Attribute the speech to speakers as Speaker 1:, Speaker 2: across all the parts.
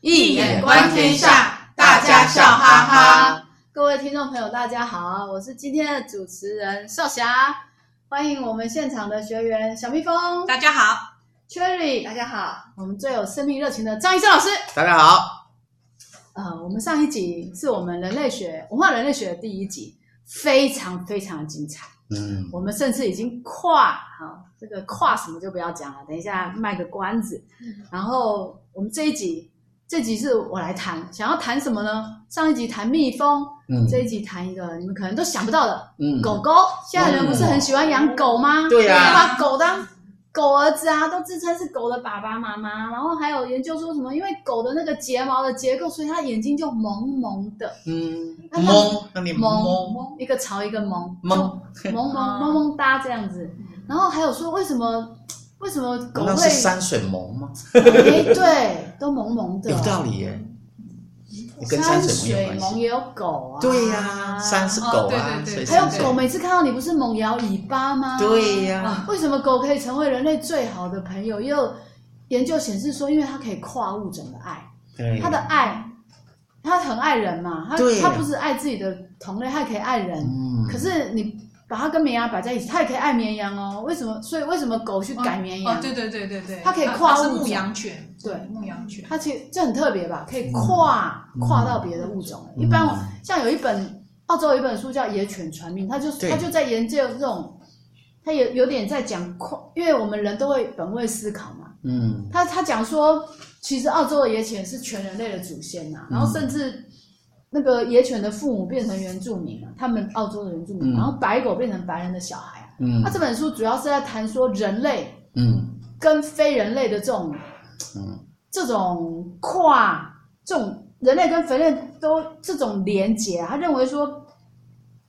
Speaker 1: 一眼观天下，大家笑哈哈。
Speaker 2: 各位听众朋友，大家好，我是今天的主持人少霞，欢迎我们现场的学员小蜜蜂、
Speaker 3: 大家好，
Speaker 2: Cherry，大家好，我们最有生命热情的张医生老师。
Speaker 4: 大家好，
Speaker 2: 呃，我们上一集是我们人类学文化人类学的第一集，非常非常的精彩。
Speaker 4: 嗯，
Speaker 2: 我们甚至已经跨哈、啊这个跨什么就不要讲了，等一下卖个关子。然后我们这一集，这集是我来谈，想要谈什么呢？上一集谈蜜蜂，
Speaker 4: 嗯
Speaker 2: 这一集谈一个你们可能都想不到的、
Speaker 4: 嗯
Speaker 2: 狗狗。现在人不是很喜欢养狗吗？
Speaker 4: 对呀
Speaker 2: 把狗当狗儿子啊，都自称是狗的爸爸妈妈。然后还有研究说什么，因为狗的那个睫毛的结构，所以它眼睛就蒙蒙的，
Speaker 4: 嗯，
Speaker 2: 那他
Speaker 4: 懵，那你
Speaker 2: 蒙
Speaker 4: 懵
Speaker 2: 一个朝一个蒙
Speaker 4: 懵，
Speaker 2: 萌萌萌萌哒这样子。然后还有说为什么为什么狗
Speaker 4: 那
Speaker 2: 会
Speaker 4: 是山水萌吗？
Speaker 2: 哎对都萌萌的，
Speaker 4: 有道理耶，啊跟
Speaker 2: 山
Speaker 4: 山水萌有关
Speaker 2: 萌
Speaker 4: 系。
Speaker 2: 也有狗啊，
Speaker 4: 对呀，山是狗啊
Speaker 3: 哦，对对对
Speaker 4: 水是
Speaker 2: 还有狗，
Speaker 4: 水
Speaker 2: 每次看到你不是猛摇尾巴吗？
Speaker 4: 对呀
Speaker 2: 啊，为什么狗可以成为人类最好的朋友？也有研究显示说，因为它可以跨物种的爱，
Speaker 4: 对
Speaker 2: 它的爱，它很爱人嘛，它
Speaker 4: 嗯对
Speaker 2: 它不是爱自己的同类，它也可以爱人。
Speaker 4: 嗯，
Speaker 2: 可是你把它跟绵羊摆在一起，它也可以爱绵羊哦。为什么？所以为什么狗去改绵羊？
Speaker 3: 哦，对对对对对，
Speaker 2: 它可以跨
Speaker 3: 它是
Speaker 2: 物种
Speaker 3: 牧羊犬，
Speaker 2: 对
Speaker 3: 牧羊犬，
Speaker 2: 它其实这很特别吧，可以跨、
Speaker 4: 嗯
Speaker 2: 跨到别的物种。
Speaker 4: 嗯
Speaker 2: 一般我像有一本澳洲有一本书叫《野犬传命》，它就
Speaker 4: 对
Speaker 2: 它就在研究这种，它也有点在讲跨，因为我们人都会本位思考嘛。
Speaker 4: 嗯，
Speaker 2: 他他讲说，其实澳洲的野犬是全人类的祖先呐、
Speaker 4: 嗯
Speaker 2: 然后甚至那个野犬的父母变成原住民啊，他们澳洲的原住民，
Speaker 4: 嗯
Speaker 2: 然后白狗变成白人的小孩啊。
Speaker 4: 嗯
Speaker 2: 他、这本书主要是在谈说人类
Speaker 4: 嗯
Speaker 2: 跟非人类的这种
Speaker 4: 嗯
Speaker 2: 这种跨这种人类跟非人类都这种连结、啊，他认为说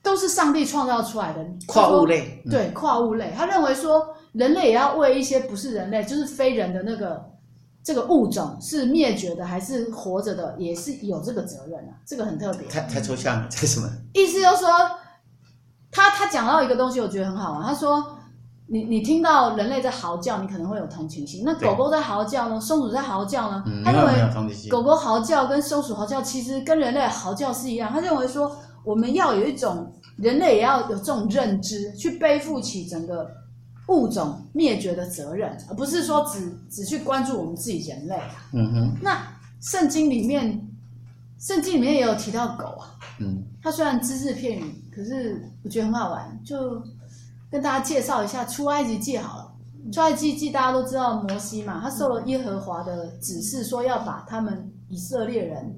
Speaker 2: 都是上帝创造出来的
Speaker 4: 跨物，类，嗯
Speaker 2: 他说对跨物类，他认为说人类也要为一些不是人类，就是非人的那个这个物种是灭绝的还是活着的，也是有这个责任啊，这个很特别。
Speaker 4: 太太抽象了，这什么？
Speaker 2: 意思就是说，他他讲到一个东西，我觉得很好玩。他说，你你听到人类在嚎叫，你可能会有同情心；那
Speaker 4: 对
Speaker 2: 狗狗在嚎叫呢，松鼠在嚎叫呢，
Speaker 4: 嗯，
Speaker 2: 他
Speaker 4: 没
Speaker 2: 认
Speaker 4: 有没有
Speaker 2: 为
Speaker 4: 同理心，
Speaker 2: 狗狗嚎叫跟松鼠嚎叫其实跟人类嚎叫是一样。他认为说，我们要有一种人类也要有这种认知，去背负起整个。物种灭绝的责任，而不是说只只去关注我们自己人类。
Speaker 4: 嗯哼，
Speaker 2: 那圣经里面，圣经里面也有提到狗啊，
Speaker 4: 嗯
Speaker 2: 它虽然只字片语，可是我觉得很好玩，就跟大家介绍一下《出埃及记》好了。《出埃及记》大家都知道摩西嘛，他受了耶和华的指示，说要把他们以色列人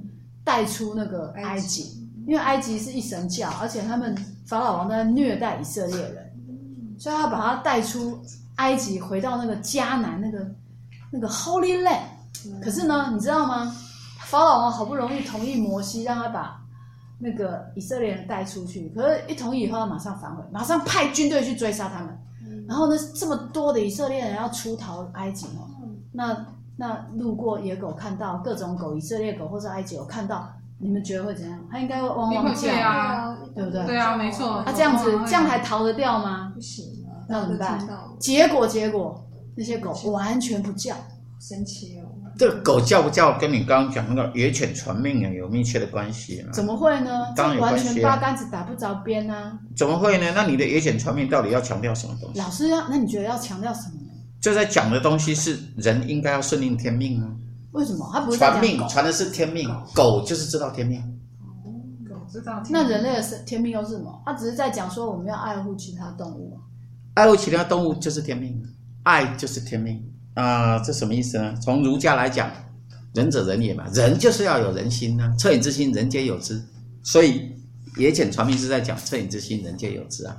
Speaker 2: 带出那个埃及，因为埃及是一神教，而且他们法老王在虐待以色列人，所以他把他带出埃及，回到那个迦南那个那个 Holy Land。可是呢，你知道吗？法老王好不容易同意摩西让他把那个以色列人带出去，可是，一同意以后，他马上反悔，马上派军队去追杀他们。然后呢，这么多的以色列人要出逃埃及哦，那那路过野狗看到各种狗，以色列狗或者埃及狗看到，你们觉得会怎样？他应该会汪汪叫
Speaker 3: 对，啊，
Speaker 1: 啊，
Speaker 2: 对不对？
Speaker 3: 对啊，没错，
Speaker 2: 啊，这样子
Speaker 3: 汪汪
Speaker 2: 这样还逃得掉吗？
Speaker 1: 不行啊，
Speaker 2: 那怎么办
Speaker 1: 大家都听到我
Speaker 2: 结果结果，那些狗完全不叫。
Speaker 1: 生气哦。
Speaker 4: 这个狗叫不叫跟你刚刚讲那个野犬传命啊有密切的关系啊嘛？
Speaker 2: 怎么会呢？这
Speaker 4: 当然有
Speaker 2: 完
Speaker 4: 关系啊
Speaker 2: 全八竿子打不着边啊！
Speaker 4: 怎么会呢？那你的野犬传命到底要强调什么东西？
Speaker 2: 老师要，那你觉得要强调什么呢？
Speaker 4: 就在讲的东西是人应该要顺应天命啊，
Speaker 2: 为什么他不是在
Speaker 4: 传
Speaker 2: 讲
Speaker 4: 命
Speaker 2: 狗？
Speaker 4: 传的是天命，狗就是知道天命，
Speaker 3: 狗哦知道，
Speaker 2: 那人类的是天命又是什么？他只是在讲说我们要爱护其他动物啊。
Speaker 4: 爱护其他动物就是天命，爱就是天命啊、这什么意思呢？从儒家来讲，仁者仁也嘛，人就是要有人心呐、恻隐之心，人皆有之，所以野犬传命是在讲恻隐之心，人皆有之啊，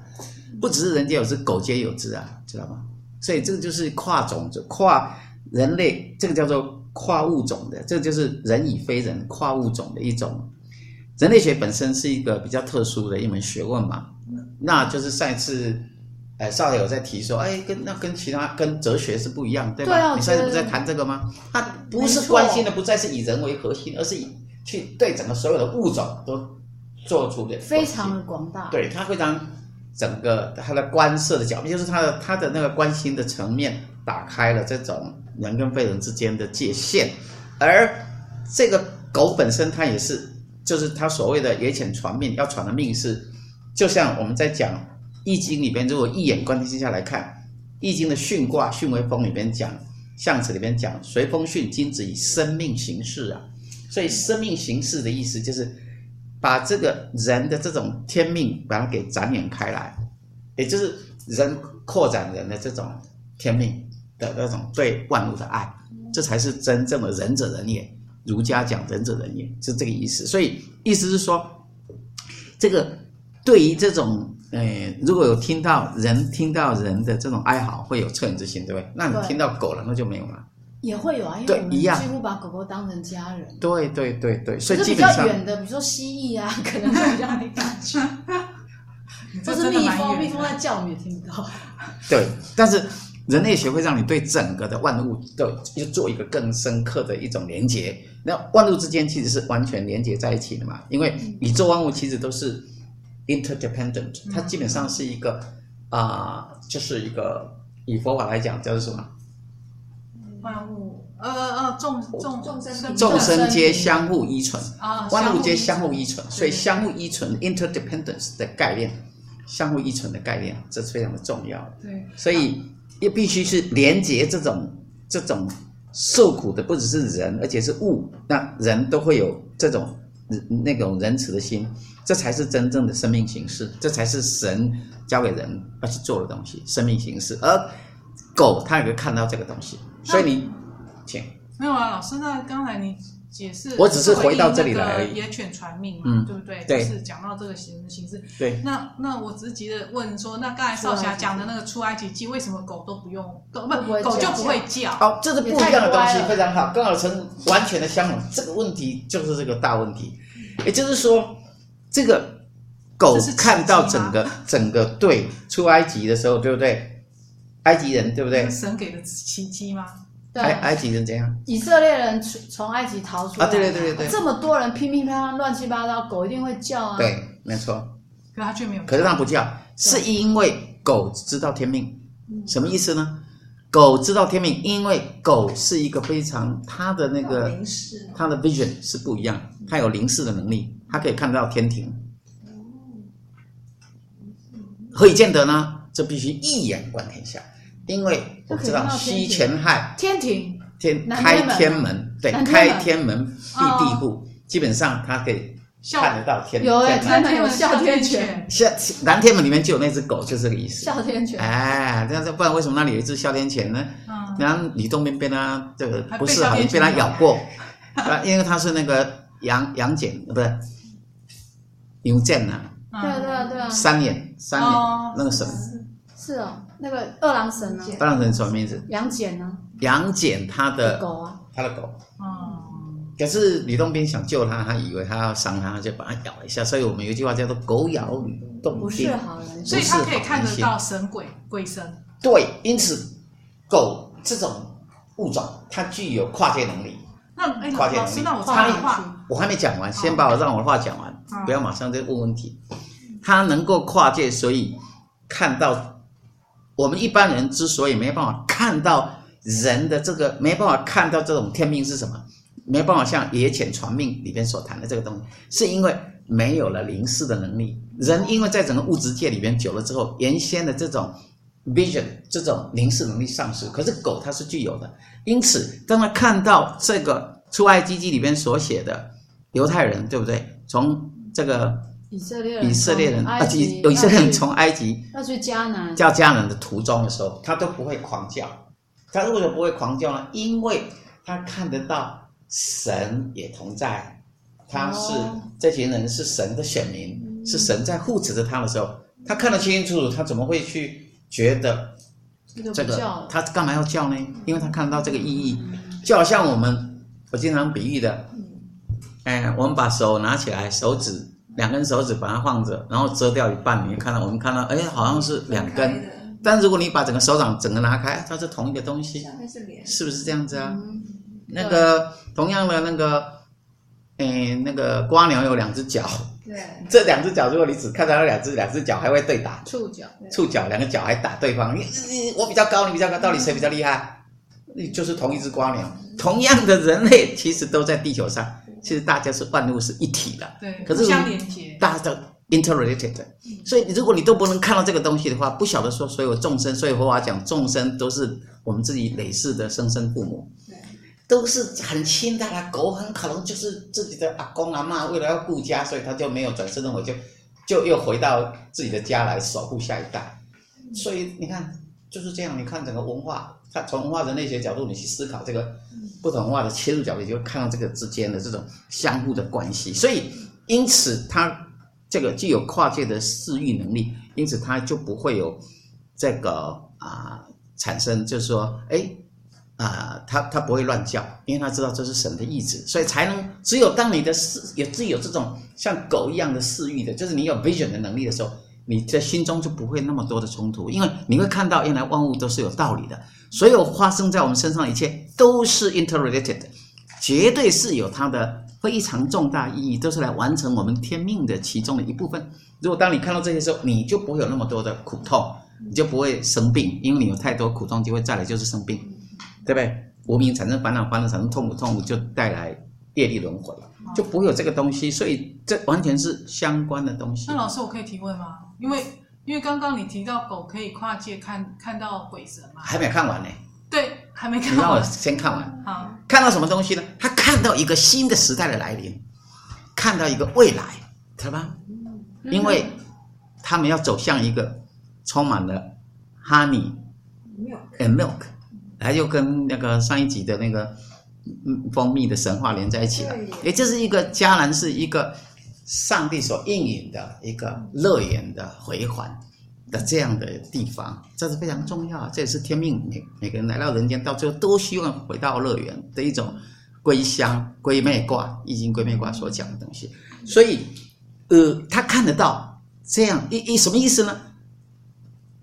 Speaker 4: 不只是人皆有之，狗皆有之啊，知道吗？所以这个就是跨种族、跨人类，这个叫做跨物种的，这个就是人与非人跨物种的一种。人类学本身是一个比较特殊的一门学问嘛，那就是上一次，呃，少爷有在提说，哎，跟那跟其他跟哲学是不一样，对吧？
Speaker 2: 对啊我
Speaker 4: 你上次
Speaker 2: 觉
Speaker 4: 不
Speaker 2: 得
Speaker 4: 是在谈这个吗？它不
Speaker 2: 没
Speaker 4: 是
Speaker 2: 错
Speaker 4: 关心的不再是以人为核心，而是以去对整个所有的物种都做出的
Speaker 2: 非常
Speaker 4: 关
Speaker 2: 的广大。
Speaker 4: 心对它非常整个它的观色的角度，就是它的它的那个关心的层面打开了这种人跟非人之间的界限，而这个狗本身它也是，就是它所谓的“野犬传命”，要传的命是，就像我们在讲《易经》里边，如果一眼观天下来看，《易经》的巽卦“巽为风”里边讲，象辞里边讲“随风巽，今子以生命行事”啊，所以生命行事的意思就是把这个人的这种天命把它给展演开来，也就是人扩展人的这种天命的那种对万物的爱，这才是真正的仁者仁也。儒家讲仁者仁也是这个意思，所以意思是说，这个对于这种，呃，如果有听到人听到人的这种哀嚎，会有恻隐之心，对不对？那你
Speaker 2: 对
Speaker 4: 听到狗了，那就没有了。
Speaker 2: 也会有啊，因
Speaker 4: 对
Speaker 2: 为我们
Speaker 4: 一样
Speaker 2: 几乎把狗狗当成家人。
Speaker 4: 对对对对，所以
Speaker 2: 可是
Speaker 4: 基
Speaker 2: 比
Speaker 4: 本
Speaker 2: 较
Speaker 4: 上，
Speaker 2: 远的，比如说蜥蜴啊， 可能会让你 感觉，或是蜜蜂，蜜蜂在叫我们也听不 到。
Speaker 4: 对，但是人类学会让你对整个的万物都又做一个更深刻的一种连接。那万物之间其实是完全连接在一起的嘛，因为宇宙万物其实都是 interdependent，它基本上是一个啊、就是一个以佛法来讲叫做什么？
Speaker 3: 万物，呃呃呃，众众
Speaker 1: 众生
Speaker 3: 生
Speaker 4: 众
Speaker 2: 生
Speaker 4: 生皆
Speaker 2: 灵
Speaker 4: 相互依存，
Speaker 3: 啊，
Speaker 4: 万物皆
Speaker 3: 相
Speaker 4: 相
Speaker 3: 互
Speaker 4: 互
Speaker 3: 依
Speaker 4: 依存，所以相互依存 interdependence 的概念，相互依存的概念，这是非常的重要的。
Speaker 3: 对，
Speaker 4: 所以也必须是连接这种这种受苦的不只是人，而且是物，那人都会有这种那种仁慈的心，这才是真正的生命形式，这才是神交给人要去做的东西，生命形式。而狗它也会看到这个东西，所以你，请，
Speaker 3: 没有啊，老师，那刚才你解释，
Speaker 4: 我只是回到这里来而已
Speaker 3: 野犬传命嘛，
Speaker 4: 嗯
Speaker 3: 对不对？
Speaker 4: 对
Speaker 3: 就是讲到这个形形式。
Speaker 4: 对
Speaker 3: 那那我只是急着问说，那刚才少侠讲的那个出埃及记，为什么狗都不用狗
Speaker 2: 不
Speaker 3: 不
Speaker 2: 啊会
Speaker 3: 狗就
Speaker 2: 叫
Speaker 3: 不会叫？
Speaker 4: 哦，这是不一样的东
Speaker 2: 也太乖
Speaker 4: 西，
Speaker 2: 了
Speaker 4: 非常好，跟老陈完全的相同。这个问题就是这个大问题，也就是说，这个狗
Speaker 3: 这是奇迹吗
Speaker 4: 看到整个 整个队出埃及的时候，对不对？埃及人对不对
Speaker 3: 是？神给的奇迹吗？
Speaker 2: 对
Speaker 4: 埃
Speaker 2: 啊，
Speaker 4: 埃及人怎样？
Speaker 2: 以色列人从从埃及逃出来
Speaker 4: 哎啊对对对对对
Speaker 2: 这么多人乒乒乓乓乱七八糟，狗一定会叫啊。，
Speaker 4: 对，没错。
Speaker 3: 可他却没有叫。
Speaker 4: 可是它不叫，是因为狗知道天命，
Speaker 2: 嗯
Speaker 4: 什么意思呢？狗知道天命，因为狗是一个非常它的那个
Speaker 1: 零食
Speaker 4: 它的 vision 是不一样，它有凝视的能力，它可以看到天庭。何以见得呢？这必须一眼观天下，因为我知道
Speaker 2: 就可以看到天
Speaker 4: 西
Speaker 2: 庭
Speaker 4: 前亥
Speaker 2: 天庭
Speaker 4: 天
Speaker 2: 南
Speaker 4: 开
Speaker 2: 天门啊
Speaker 4: 天门，对，
Speaker 2: 南天
Speaker 4: 开
Speaker 2: 门哦
Speaker 4: 天门辟地户，基本上它可以
Speaker 3: 笑
Speaker 4: 看得到天。
Speaker 2: 有哎、
Speaker 4: 天门
Speaker 2: 他们有哮天犬，
Speaker 3: 犬，
Speaker 4: 像南天门里面就有那只狗，就是这个意思。
Speaker 2: 哮天犬。
Speaker 4: 哎，这样子，不然为什么那里有一只哮天犬呢？
Speaker 3: 嗯，
Speaker 4: 然后李东明被它啊这个
Speaker 3: 还被
Speaker 4: 不是好
Speaker 3: 哮
Speaker 4: 像
Speaker 3: 天
Speaker 4: 被
Speaker 3: 犬
Speaker 4: 它咬
Speaker 3: 咬
Speaker 4: 过， 啊，因为它是那个羊羊茧，呃不是牛腱呐，
Speaker 3: 嗯
Speaker 2: 对啊对啊对啊，
Speaker 4: 三眼三眼
Speaker 3: 哦
Speaker 4: 那个什么，
Speaker 2: 是哦，那个二郎神啊，
Speaker 4: 不让人什么名字？
Speaker 2: 杨戬啊，
Speaker 4: 羊茧它的
Speaker 2: 狗啊，
Speaker 4: 它的狗，
Speaker 3: 嗯，
Speaker 4: 可是李东斌想救它，他以为他要伤它，就把它咬了一下，所以我们有一句话叫做“狗咬吕洞
Speaker 2: 不
Speaker 4: 宾
Speaker 2: 是”，好人。
Speaker 3: 所以他可以看
Speaker 4: 不
Speaker 3: 得
Speaker 4: 是
Speaker 3: 到神鬼鬼神。
Speaker 4: 对，因此狗这种物种它具有跨界能力。
Speaker 3: 那哎，
Speaker 4: 跨界
Speaker 3: 老师，
Speaker 4: 能
Speaker 3: 那
Speaker 4: 力
Speaker 3: 我
Speaker 2: 跨
Speaker 3: 插
Speaker 2: 界
Speaker 3: 一
Speaker 2: 能力
Speaker 3: 话，
Speaker 4: 我还没讲完，先把我让我的话讲完，
Speaker 3: 嗯
Speaker 4: 不要马上就问问题。他能够跨界，所以看到我们一般人之所以没办法看到人的这个，没办法看到这种天命是什么，没办法像《野犬传命》里边所谈的这个东西，是因为没有了凝视的能力。人因为在整个物质界里边久了之后，原先的这种 vision 这种凝视能力丧失，可是狗它是具有的。因此，当他看到这个《出埃及记》里边所写的犹太人，对不对？从这个
Speaker 2: 以色列人，
Speaker 4: 以色列人
Speaker 2: 从
Speaker 4: 啊，
Speaker 2: 埃及，
Speaker 4: 以以色列人
Speaker 2: 要去
Speaker 4: 从埃及
Speaker 2: 要去迦南，
Speaker 4: 到迦南的途中的时候，他都不会狂叫。他为什么不会狂叫呢？因为他看得到神也同在，他是、
Speaker 2: 哦
Speaker 4: 这群人是神的选民，是神在护持着他的时候，他看得清清楚楚，他怎么会去觉得
Speaker 2: 这个
Speaker 4: 这
Speaker 2: 不
Speaker 4: 个
Speaker 2: 叫了。
Speaker 4: 他干嘛要叫呢？因为他看到这个意义，就好像我们我经常比喻的，
Speaker 2: 嗯
Speaker 4: 哎，我们把手拿起来，手指两根手指把它放着，然后遮掉一半，你会看到我们看到，哎，好像是两
Speaker 1: 分
Speaker 4: 根，
Speaker 1: 开的，
Speaker 4: 但如果你把整个手掌整个拿开，它是同一个东西
Speaker 1: 下，面是脸，
Speaker 4: 是不是这样子啊？
Speaker 2: 嗯，
Speaker 4: 那个同样的那个，哎，那个瓜鸟有两只脚，
Speaker 1: 对，
Speaker 4: 这两只脚如果你只看到那两只，两只脚还会对打，
Speaker 2: 触角
Speaker 4: 触角，两个脚还打对方，你你我比较高，你比较高，到底谁比较厉害？就是同一只瓜苗，同样的人类其实都在地球上，其实大家是万物是一体的，
Speaker 3: 对，
Speaker 4: 可是
Speaker 3: 互相连接，
Speaker 4: 大家都 interrelated。所以，如果你都不能看到这个东西的话，不晓得说所有众生，所以佛法讲众生都是我们自己累世的生身父母，都是很亲的啦。狗很可能就是自己的阿公阿妈，为了要顾家，所以他就没有转世轮回，就就又回到自己的家来守护下一代。所以你看就是这样，你看整个文化，它从文化人类学角度你去思考这个不同文化的切入角度，你就看到这个之间的这种相互的关系。所以因此它这个具有跨界的视域能力，因此它就不会有这个啊、产生，就是说哎。啊，他他不会乱叫，因为他知道这是神的意志，所以才能只有当你的视有自己有这种像狗一样的视域的，就是你有 vision 的能力的时候，你在心中就不会那么多的冲突，因为你会看到原来万物都是有道理的，所有发生在我们身上的一切都是 interrelated，的绝对是有它的非常重大意义，都是来完成我们天命的其中的一部分。如果当你看到这些时候，你就不会有那么多的苦痛，你就不会生病，因为你有太多苦痛，就会再来就是生病，对不对？无名产生烦恼，烦恼产生痛苦，痛苦就带来业力轮回，就不会有这个东西，所以这完全是相关的东西
Speaker 3: 那。老师，我可以提问吗？因为因为刚刚你提到狗可以跨界看看到鬼神嘛，
Speaker 4: 还没有看完呢，
Speaker 3: 对，还没
Speaker 4: 你
Speaker 3: 看
Speaker 4: 让我
Speaker 3: 完。
Speaker 4: 先看完。
Speaker 3: 好，
Speaker 4: 看到什么东西呢？他看到一个新的时代的来临，看到一个未来，知道吧？因为他们要走向一个充满了 honey and milk，还就跟那个上一集的那个嗯蜂蜜的神话连在一起了
Speaker 1: 对耶。
Speaker 4: 也就是一个迦南是一个上帝所应允的一个乐园的回环的这样的地方，这是非常重要啊！这也是天命，每每个人来到人间，到最后都希望回到乐园的一种归乡归妹卦，《易经》归妹卦所讲的东西。所以，呃，他看得到这样一一什么意思呢？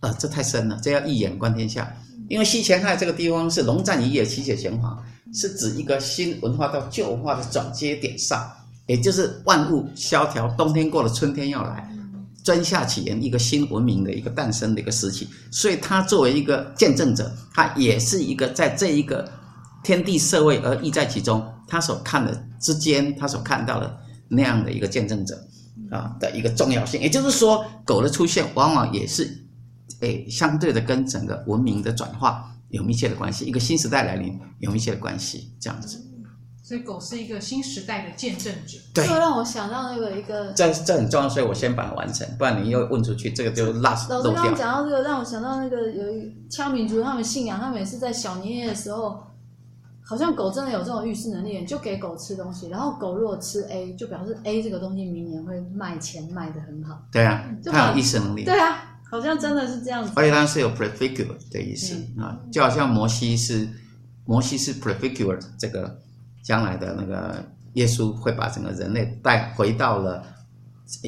Speaker 4: 啊，这太深了，这要一眼观天下。因为西前亥这个地方是龙战于野，其血玄黄，是指一个新文化到旧文化的转接点上，也就是万物萧条，冬天过了，春天要来，春夏起源，一个新文明的一个诞生的一个时期。所以，他作为一个见证者，他也是一个在这一个天地社会而意在其中，他所看的之间，他所看到的那样的一个见证者啊的一个重要性。也就是说，狗的出现往往也是诶，相对的跟整个文明的转化有密切的关系，一个新时代来临有密切的关系，这样子。
Speaker 3: 所以狗是一个新时代的见证者。
Speaker 4: 对
Speaker 2: 这让我想到那个一个
Speaker 4: 这这很重要，所以我先把它完成，不然你又问出去，这个就 l
Speaker 2: 老师
Speaker 4: 漏
Speaker 2: 刚刚
Speaker 4: 掉。
Speaker 2: 讲到这个，让我想到那个有一羌民族他们信仰，他们也是在小年夜的时候，好像狗真的有这种预示能力，你就给狗吃东西，然后狗如果吃 A，就表示 A 这个东西明年会卖钱卖的很好。
Speaker 4: 对啊，
Speaker 2: 嗯就把
Speaker 4: 它有意识能力，
Speaker 2: 对啊，好像真的是这样子。
Speaker 4: 而且它是有 prefigure 的意思啊，就好像摩西是摩西是 prefigure 这个将来的那个耶稣会把整个人类带回到了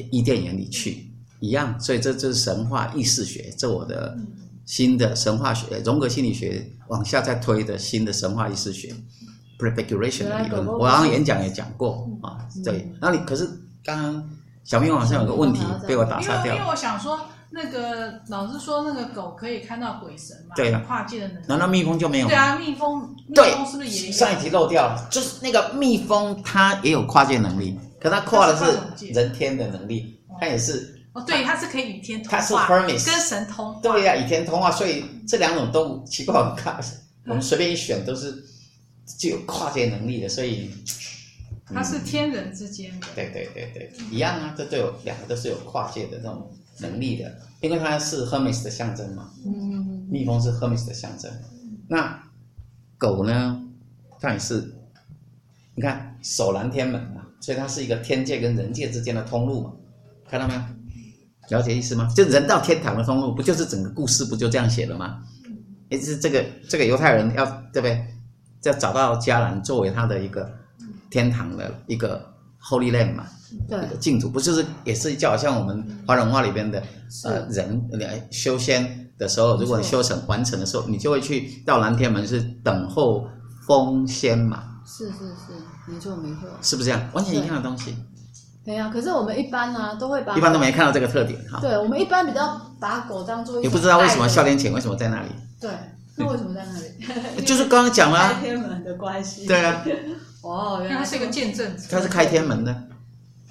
Speaker 4: 伊甸园里去一样，所以这就是神话意识学，这我的新的神话学荣格心理学往下再推的新的神话意识学
Speaker 3: 嗯
Speaker 4: prefiguration 的理
Speaker 2: 原来狗
Speaker 4: 论，
Speaker 2: 狗
Speaker 4: 我好像演讲也讲过啊，
Speaker 3: 嗯
Speaker 4: 对，然后你可是刚刚小明好像有个问题被我打
Speaker 3: 因
Speaker 4: 岔
Speaker 3: 为
Speaker 4: 掉
Speaker 3: 因为。我想说，那个老师说那个狗可以看到鬼神嘛，
Speaker 4: 对啊
Speaker 3: 跨界的能力。
Speaker 4: 难道蜜蜂就没有吗？
Speaker 3: 对啊，蜜蜂，蜜
Speaker 4: 对
Speaker 3: 蜂是不是也有？
Speaker 4: 上一集漏掉了，就是那个蜜蜂，它也有跨界能力，可它跨的是人天的能力，它也是
Speaker 3: 哦，对，它是可以与天通
Speaker 4: 它是
Speaker 3: 话，跟
Speaker 4: Hermes
Speaker 3: 神通话。
Speaker 4: 对呀、以前童话，所以这两种动物奇怪，我 看我们随便一选都是具有跨界能力的，所以
Speaker 3: 它是天人之间的。
Speaker 4: 对对对对，一样啊，这都有两个都是有跨界的这种能力的，因为它是 Hermes 的象征嘛，
Speaker 2: 嗯，
Speaker 4: 蜜蜂是 Hermes 的象征。那狗呢，它也是，你看守南天门嘛，所以它是一个天界跟人界之间的通路嘛，看到没有？了解意思吗？就人到天堂的通路，不就是整个故事不就这样写了吗？也就是这个这个犹太人要对不对？要找到迦南作为他的一个天堂的一个 Holy Land 嘛，
Speaker 2: 对
Speaker 4: 一个净土，不就是也是就好像我们华人文化里边的呃
Speaker 2: 是
Speaker 4: 人呃修仙的时候，如果你修成完成的时候，你就会去到南天门是等候封仙嘛，
Speaker 2: 是是是，没错没错。
Speaker 4: 是不是这样？完全一样的东西，
Speaker 2: 对啊，可是我们一般呢、啊、都会把
Speaker 4: 一般都没看到这个特点哈。
Speaker 2: 对，我们一般比较把狗当做一种
Speaker 4: 也不知道为什么
Speaker 2: 爱的
Speaker 4: 笑脸犬为什么在那里，
Speaker 2: 对那为什么在 那里？
Speaker 4: 就是刚刚讲了
Speaker 5: 开
Speaker 4: 啊，
Speaker 5: 天门的关系。
Speaker 4: 对啊，
Speaker 5: 哦，
Speaker 3: 因
Speaker 5: 原
Speaker 3: 为
Speaker 5: 来
Speaker 3: 它是一个见证者。
Speaker 4: 它是开天门的，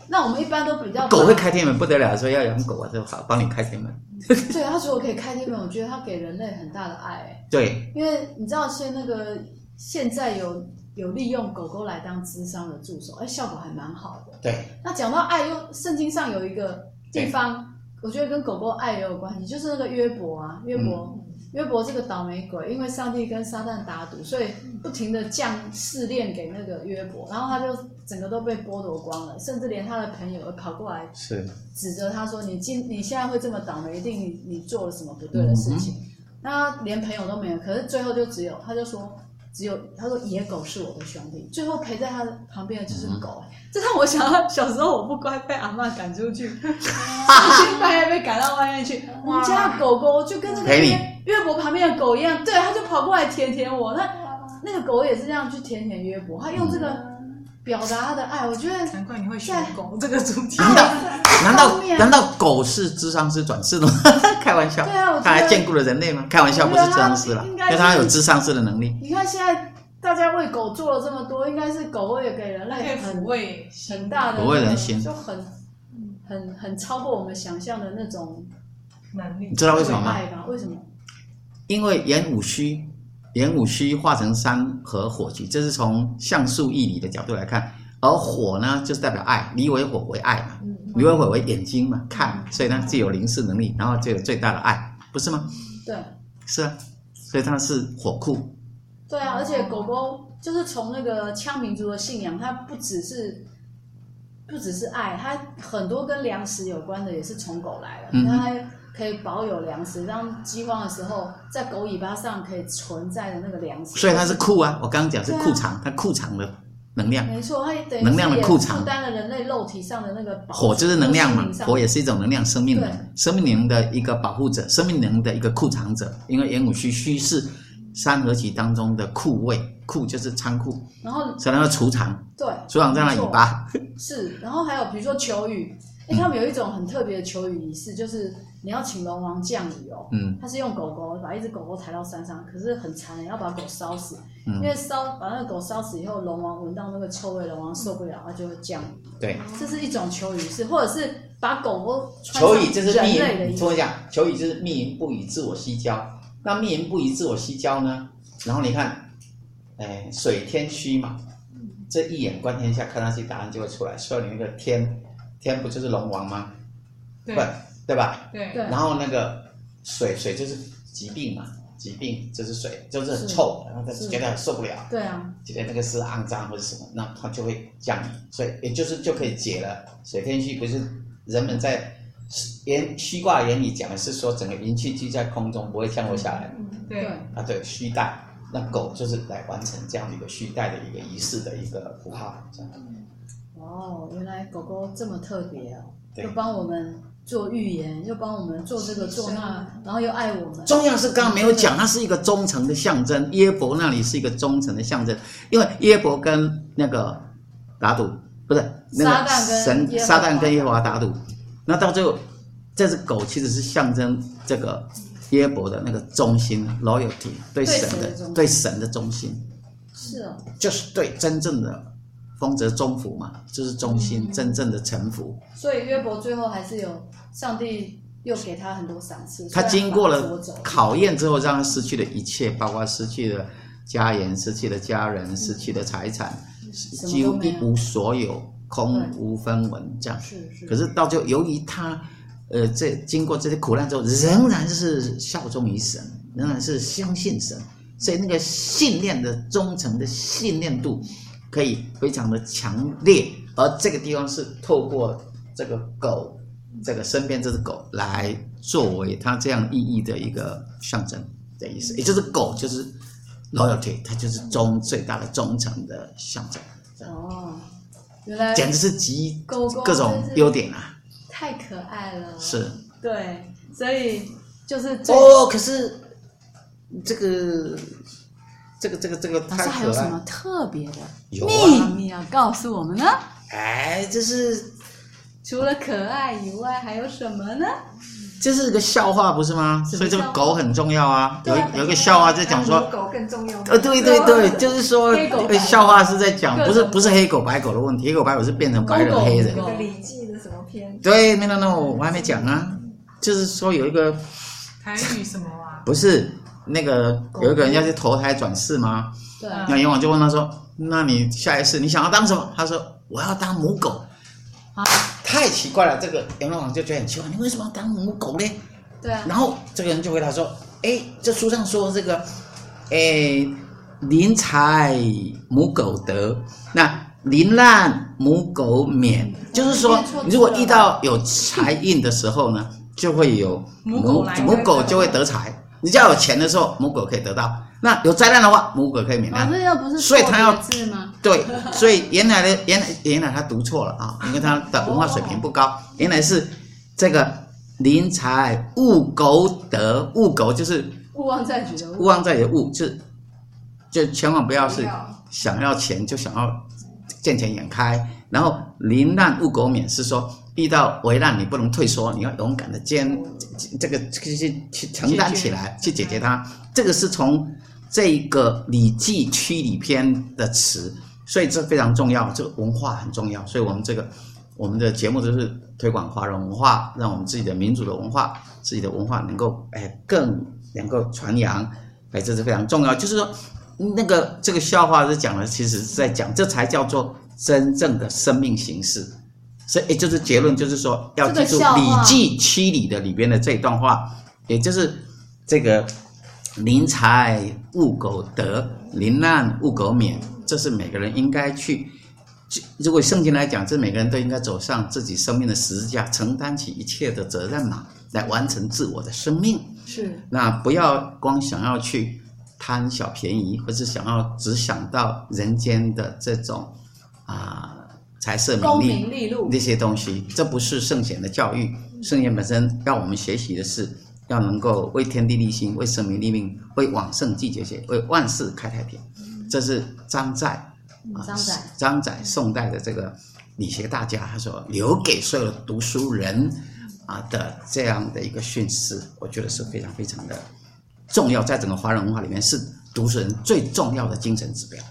Speaker 2: 那我们一般都比较
Speaker 4: 狗会，开天门不得了，说要养狗啊，就好帮你开天门。
Speaker 2: 对他如果可以开天门，我觉得他给人类很大的爱、欸
Speaker 4: 对，
Speaker 2: 因为你知道现那个现在有有利用狗狗来当智商的助手，哎、效果还蛮好的。
Speaker 4: 对，
Speaker 2: 那讲到爱，又圣经上有一个地方，我觉得跟狗狗爱也有关系，就是那个约伯啊，约伯，约伯这个倒霉鬼，因为上帝跟撒旦打赌，所以不停的降试炼给那个约伯，然后他就整个都被剥夺光了，甚至连他的朋友跑过来
Speaker 4: 是，
Speaker 2: 指责他说：“你今你现在会这么倒霉，一定你你做了什么不对
Speaker 4: 嗯
Speaker 2: 的事情。那他连朋友都没有，可是最后就只有他就说。只有他说野狗是我的兄弟，最后陪在他旁边的
Speaker 4: 嗯
Speaker 2: 就是狗、欸
Speaker 5: 这让我想到小时候我不乖被阿嬷赶出 去，小心半夜被赶到外面去。
Speaker 2: 我们家的狗狗就跟那个
Speaker 4: 陪你
Speaker 2: 约约伯旁边的狗一样，对，它就跑过来舔舔我。那那个狗也是这样去舔舔约伯，它用这
Speaker 4: 嗯
Speaker 2: 个
Speaker 1: 啊
Speaker 2: 表达它的爱。我觉得
Speaker 3: 难怪你会选狗这个主题。
Speaker 4: 难
Speaker 2: 后
Speaker 4: 道难道
Speaker 2: 面
Speaker 4: 难道狗是智商师转世的吗？ 开玩笑，
Speaker 2: 对啊我觉得
Speaker 4: 他还兼顾了人类吗？开玩笑，
Speaker 2: 我
Speaker 4: 不
Speaker 2: 觉得
Speaker 4: 是智商师了，
Speaker 2: 它应
Speaker 4: 因
Speaker 2: 该是
Speaker 4: 为他有智商师的能力。
Speaker 2: 你看现在大家为狗做了这么多，应该是狗也给人
Speaker 3: 它可以
Speaker 2: 类
Speaker 3: 抚
Speaker 2: 很
Speaker 3: 慰
Speaker 2: 很大的
Speaker 4: 抚慰人心
Speaker 2: 就很很很超过我们想象的那种
Speaker 3: 能力
Speaker 4: 你。知道为什么吗？
Speaker 2: 爱吧？为什么？
Speaker 4: 因为元武虚，元武虚化成山和火去，这是从象数义理的角度来看。而火呢，就是代表爱，离为火为爱嘛，离
Speaker 1: 嗯
Speaker 4: 为火为眼睛嘛，看，所以呢就有凝视能力，然后就有最大的爱，不是吗？
Speaker 2: 对
Speaker 4: 是啊，所以它是火库，
Speaker 2: 对啊，而且狗狗就是从那个羌民族的信仰，它不只是不只是爱，它很多跟粮食有关的也是从狗来的，
Speaker 4: 嗯
Speaker 2: 它还可以保有粮食，当饥荒的时候，在狗尾巴上可以存在的那个粮食。
Speaker 4: 所以它是库啊。我刚刚讲是
Speaker 2: 对啊
Speaker 4: 库藏，它库藏的能量，
Speaker 2: 没错，它也等于
Speaker 4: 能量的
Speaker 2: 是也
Speaker 4: 库藏
Speaker 2: 负担了人类肉体上的那个饱
Speaker 4: 火就是能量嘛
Speaker 2: 心灵，上
Speaker 4: 火也是一种能量，生命能
Speaker 2: 对，
Speaker 4: 生命能的一个保护者，生命能的一个库藏者。因为元武虚虚是山河集当中的库位，库就是仓库，
Speaker 2: 然后
Speaker 4: 所以它叫储藏，
Speaker 2: 对
Speaker 4: 储藏在那尾巴。
Speaker 2: 是，然后还有比如说求雨，哎、他们有一种很特别的求雨仪式，就是你要请龙王降雨哦。
Speaker 4: 嗯，
Speaker 2: 他是用狗狗把一只狗狗抬到山上，可是很残忍，要把狗烧死，
Speaker 4: 嗯
Speaker 2: 因为烧把那个狗烧死以后，龙王闻到那个臭味，龙王受不了，他就会降雨。
Speaker 4: 对，
Speaker 2: 这是一种求雨式，或者是把狗狗穿
Speaker 4: 求雨
Speaker 2: 上
Speaker 4: 就是
Speaker 2: 人
Speaker 4: 密
Speaker 2: 类的
Speaker 4: 云，
Speaker 2: 衣
Speaker 4: 你
Speaker 2: 服
Speaker 4: 听我讲，求雨就是密云不雨，自我西郊。那密云不雨，自我西郊呢？然后你看，哎，水天虚嘛，这一眼观天下，看上去答案就会出来。所以你那个天，天不就是龙王吗？
Speaker 3: 对
Speaker 4: 不对吧？
Speaker 3: 对，
Speaker 2: 对
Speaker 4: 然后那个水，水就是疾病嘛，疾病就是水，就是很臭，然后他
Speaker 2: 是
Speaker 4: 觉得受不了，
Speaker 2: 对啊，
Speaker 4: 觉得那个是肮脏或者什么，那他就会降雨，所以也就是就可以解了。水天虚不是人们在言虚卦原理讲的是说整个云气聚在空中不会降落下
Speaker 2: 嗯
Speaker 4: 来
Speaker 2: 对
Speaker 3: 对，
Speaker 4: 啊，对，虚带。那狗就是来完成这样的一个虚带的一个仪式的一个符号，这样
Speaker 2: 哦，原来狗狗这么特别哦，
Speaker 4: 对
Speaker 2: 又帮我们做预言，又帮我们做这个做那，然后又爱我们。
Speaker 4: 重要是刚刚没有讲，它是一个忠诚的象征。耶伯那里是一个忠诚的象征，因为耶伯跟那个打赌，不是那
Speaker 2: 撒
Speaker 4: 个
Speaker 2: 旦跟
Speaker 4: 神
Speaker 2: 耶和华
Speaker 4: 撒旦跟耶和华打赌，那到最后这只狗其实是象征这个耶伯的那个忠心 （loyalty） 对神
Speaker 2: 对神的忠心
Speaker 4: 的对神的忠心，
Speaker 2: 是哦，
Speaker 4: 就是对真正的丰泽忠服嘛，就是忠
Speaker 2: 嗯
Speaker 4: 心真正的臣服。
Speaker 2: 所以约伯最后还是有上帝又给他很多赏赐。
Speaker 4: 他经过
Speaker 2: 虽然把
Speaker 4: 了
Speaker 2: 他夺走
Speaker 4: 考验之后，让他失去了一切，包括失去了家人、失去了家人、失去了财产，
Speaker 2: 嗯么
Speaker 4: 几乎
Speaker 2: 都没
Speaker 4: 一
Speaker 2: 有
Speaker 4: 无所有，空无分文这样。
Speaker 2: 是是，
Speaker 4: 可是到最后，由于他，呃，这经过这些苦难之后，仍然是效忠于神，仍然是相信神，所以那个信念的忠诚的信念度，可以非常的强烈。而这个地方是透过这个狗，这个身边这只狗来作为它这样意义的一个象征的意思，也就是狗就是
Speaker 2: 嗯
Speaker 4: loyalty，它就是忠最大的忠诚的象征，
Speaker 2: 哦，原来
Speaker 4: 简直是集
Speaker 2: 狗狗
Speaker 4: 各种
Speaker 2: 真是
Speaker 4: 优点啊，
Speaker 2: 太可爱了。，
Speaker 4: 是。
Speaker 2: 对，所以就是最
Speaker 4: 哦，可是这个这个这个这个
Speaker 5: 老
Speaker 4: 太
Speaker 5: 师还有
Speaker 4: 可
Speaker 5: 什
Speaker 4: 爱
Speaker 5: 么特别的
Speaker 4: 有
Speaker 5: 秘
Speaker 4: 啊，
Speaker 5: 密要告诉我们呢？
Speaker 4: 哎，这是
Speaker 5: 除了可爱以外，还有什么呢？
Speaker 4: 这是个笑话，不是吗？
Speaker 2: 什么
Speaker 4: 所以这个
Speaker 2: 笑话
Speaker 4: 狗很重要啊。有
Speaker 6: 对
Speaker 4: 一
Speaker 6: 啊
Speaker 4: 有一个笑话在讲说
Speaker 6: 那母，狗更重要。
Speaker 4: 呃，对对对，就是说
Speaker 5: 啊黑狗白，狗
Speaker 4: 呃笑话是在讲，
Speaker 5: 各
Speaker 4: 不
Speaker 5: 种
Speaker 4: 是不是黑狗白狗的问题，黑狗白狗是变成白人
Speaker 5: 公狗
Speaker 4: 黑人
Speaker 5: 母。
Speaker 6: 有个《礼记》的什么篇？
Speaker 4: 对，no no no，我还没讲啊，就是说有一个
Speaker 3: 台语什么啊？
Speaker 4: 不是那个有一个人要去投胎转世吗？
Speaker 2: 对
Speaker 5: 嗯
Speaker 3: 啊
Speaker 4: 那阎王就问他说：“那你下一世你想要当什么？”他说：“我要当母狗。”
Speaker 3: 啊，
Speaker 4: 太奇怪了，这个阎罗王就觉得很奇怪，你为什么要当母狗呢？
Speaker 2: 对啊，
Speaker 4: 然后这个人就回答说：“哎，这书上说这个，哎，临财母狗得，那临难母狗免，就是说
Speaker 2: 念错字，了
Speaker 4: 如果遇到有财运的时候呢，就会有
Speaker 3: 母狗来
Speaker 4: 母狗就会得财。你只要有钱的时候，母狗可以得到；那有灾难的话，母狗可以免
Speaker 2: 老
Speaker 4: 难。
Speaker 2: 师要不是
Speaker 4: 哎所以他要
Speaker 2: 错别字吗？
Speaker 4: 对，所以原来的原来原来他读错了啊，因为他的文化水平不高，原来是这个临财勿苟得，勿苟就是
Speaker 2: 勿忘在举的
Speaker 4: 勿
Speaker 2: 勿，
Speaker 4: 忘在的勿，就是就千万不要啊是
Speaker 6: 不要
Speaker 4: 想要钱就想要见钱眼开，然后临难勿苟免是说遇到危难你不能退缩，你要勇敢的肩这个去去去承担起来，去解决它。这个是从这个《礼记·曲礼篇》的词，所以这非常重要，这个文化很重要。所以我们这个我们的节目就是推广华人文化，让我们自己的民族的文化、自己的文化能够哎更能够传扬，哎这是非常重要。就是说，那个这个笑话是讲的，其实是在讲，这才叫做真正的生命形式。所以，也哎就是结论，就是说要记住
Speaker 2: 这个
Speaker 4: 《
Speaker 2: 笑
Speaker 4: 礼
Speaker 2: 话
Speaker 4: 记·七里》的里边的这一段话，也就是这个“临财勿苟得，临难勿苟免”，这是每个人应该去。就如果圣经来讲，这每个人都应该走上自己生命的十字架，承担起一切的责任嘛，来完成自我的生命。
Speaker 2: 是
Speaker 4: 那不要光想要去贪小便宜，或是想要只想到人间的这种啊财色名
Speaker 5: 功
Speaker 4: 利，
Speaker 5: 名利禄，
Speaker 4: 这些东西，这不是圣贤的教育。圣贤本身让我们学习的是，要能够为天地立心，为生民立命，为往圣继绝学，为万世开太平。这是张载啊，
Speaker 2: 嗯张载
Speaker 4: 张载宋代的这个理学大家，他说留给所有的读书人啊的这样的一个训示，我觉得是非常非常的重要，在整个华人文化里面是读书人最重要的精神指标。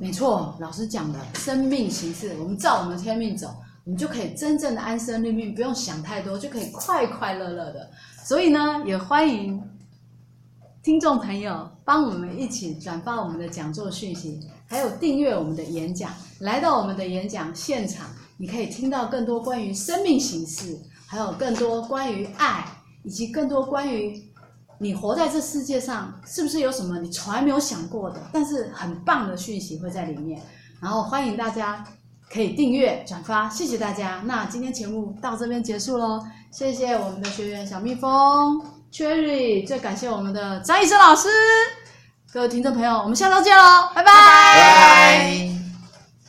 Speaker 2: 没错，老师讲的生命形式，我们照我们的天命走，我们就可以真正的安身立命，不用想太多，就可以快快乐乐的。所以呢，也欢迎听众朋友帮我们一起转发我们的讲座讯息，还有订阅我们的演讲，来到我们的演讲现场，你可以听到更多关于生命形式，还有更多关于爱，以及更多关于你活在这世界上，是不是有什么你从来没有想过的，但是很棒的讯息会在里面？然后欢迎大家可以订阅、转发，谢谢大家。那今天节目到这边结束喽，谢谢我们的学员小蜜蜂 Cherry，最感谢我们的张医生老师，各位听众朋友，我们下周见喽，拜拜
Speaker 4: 拜拜。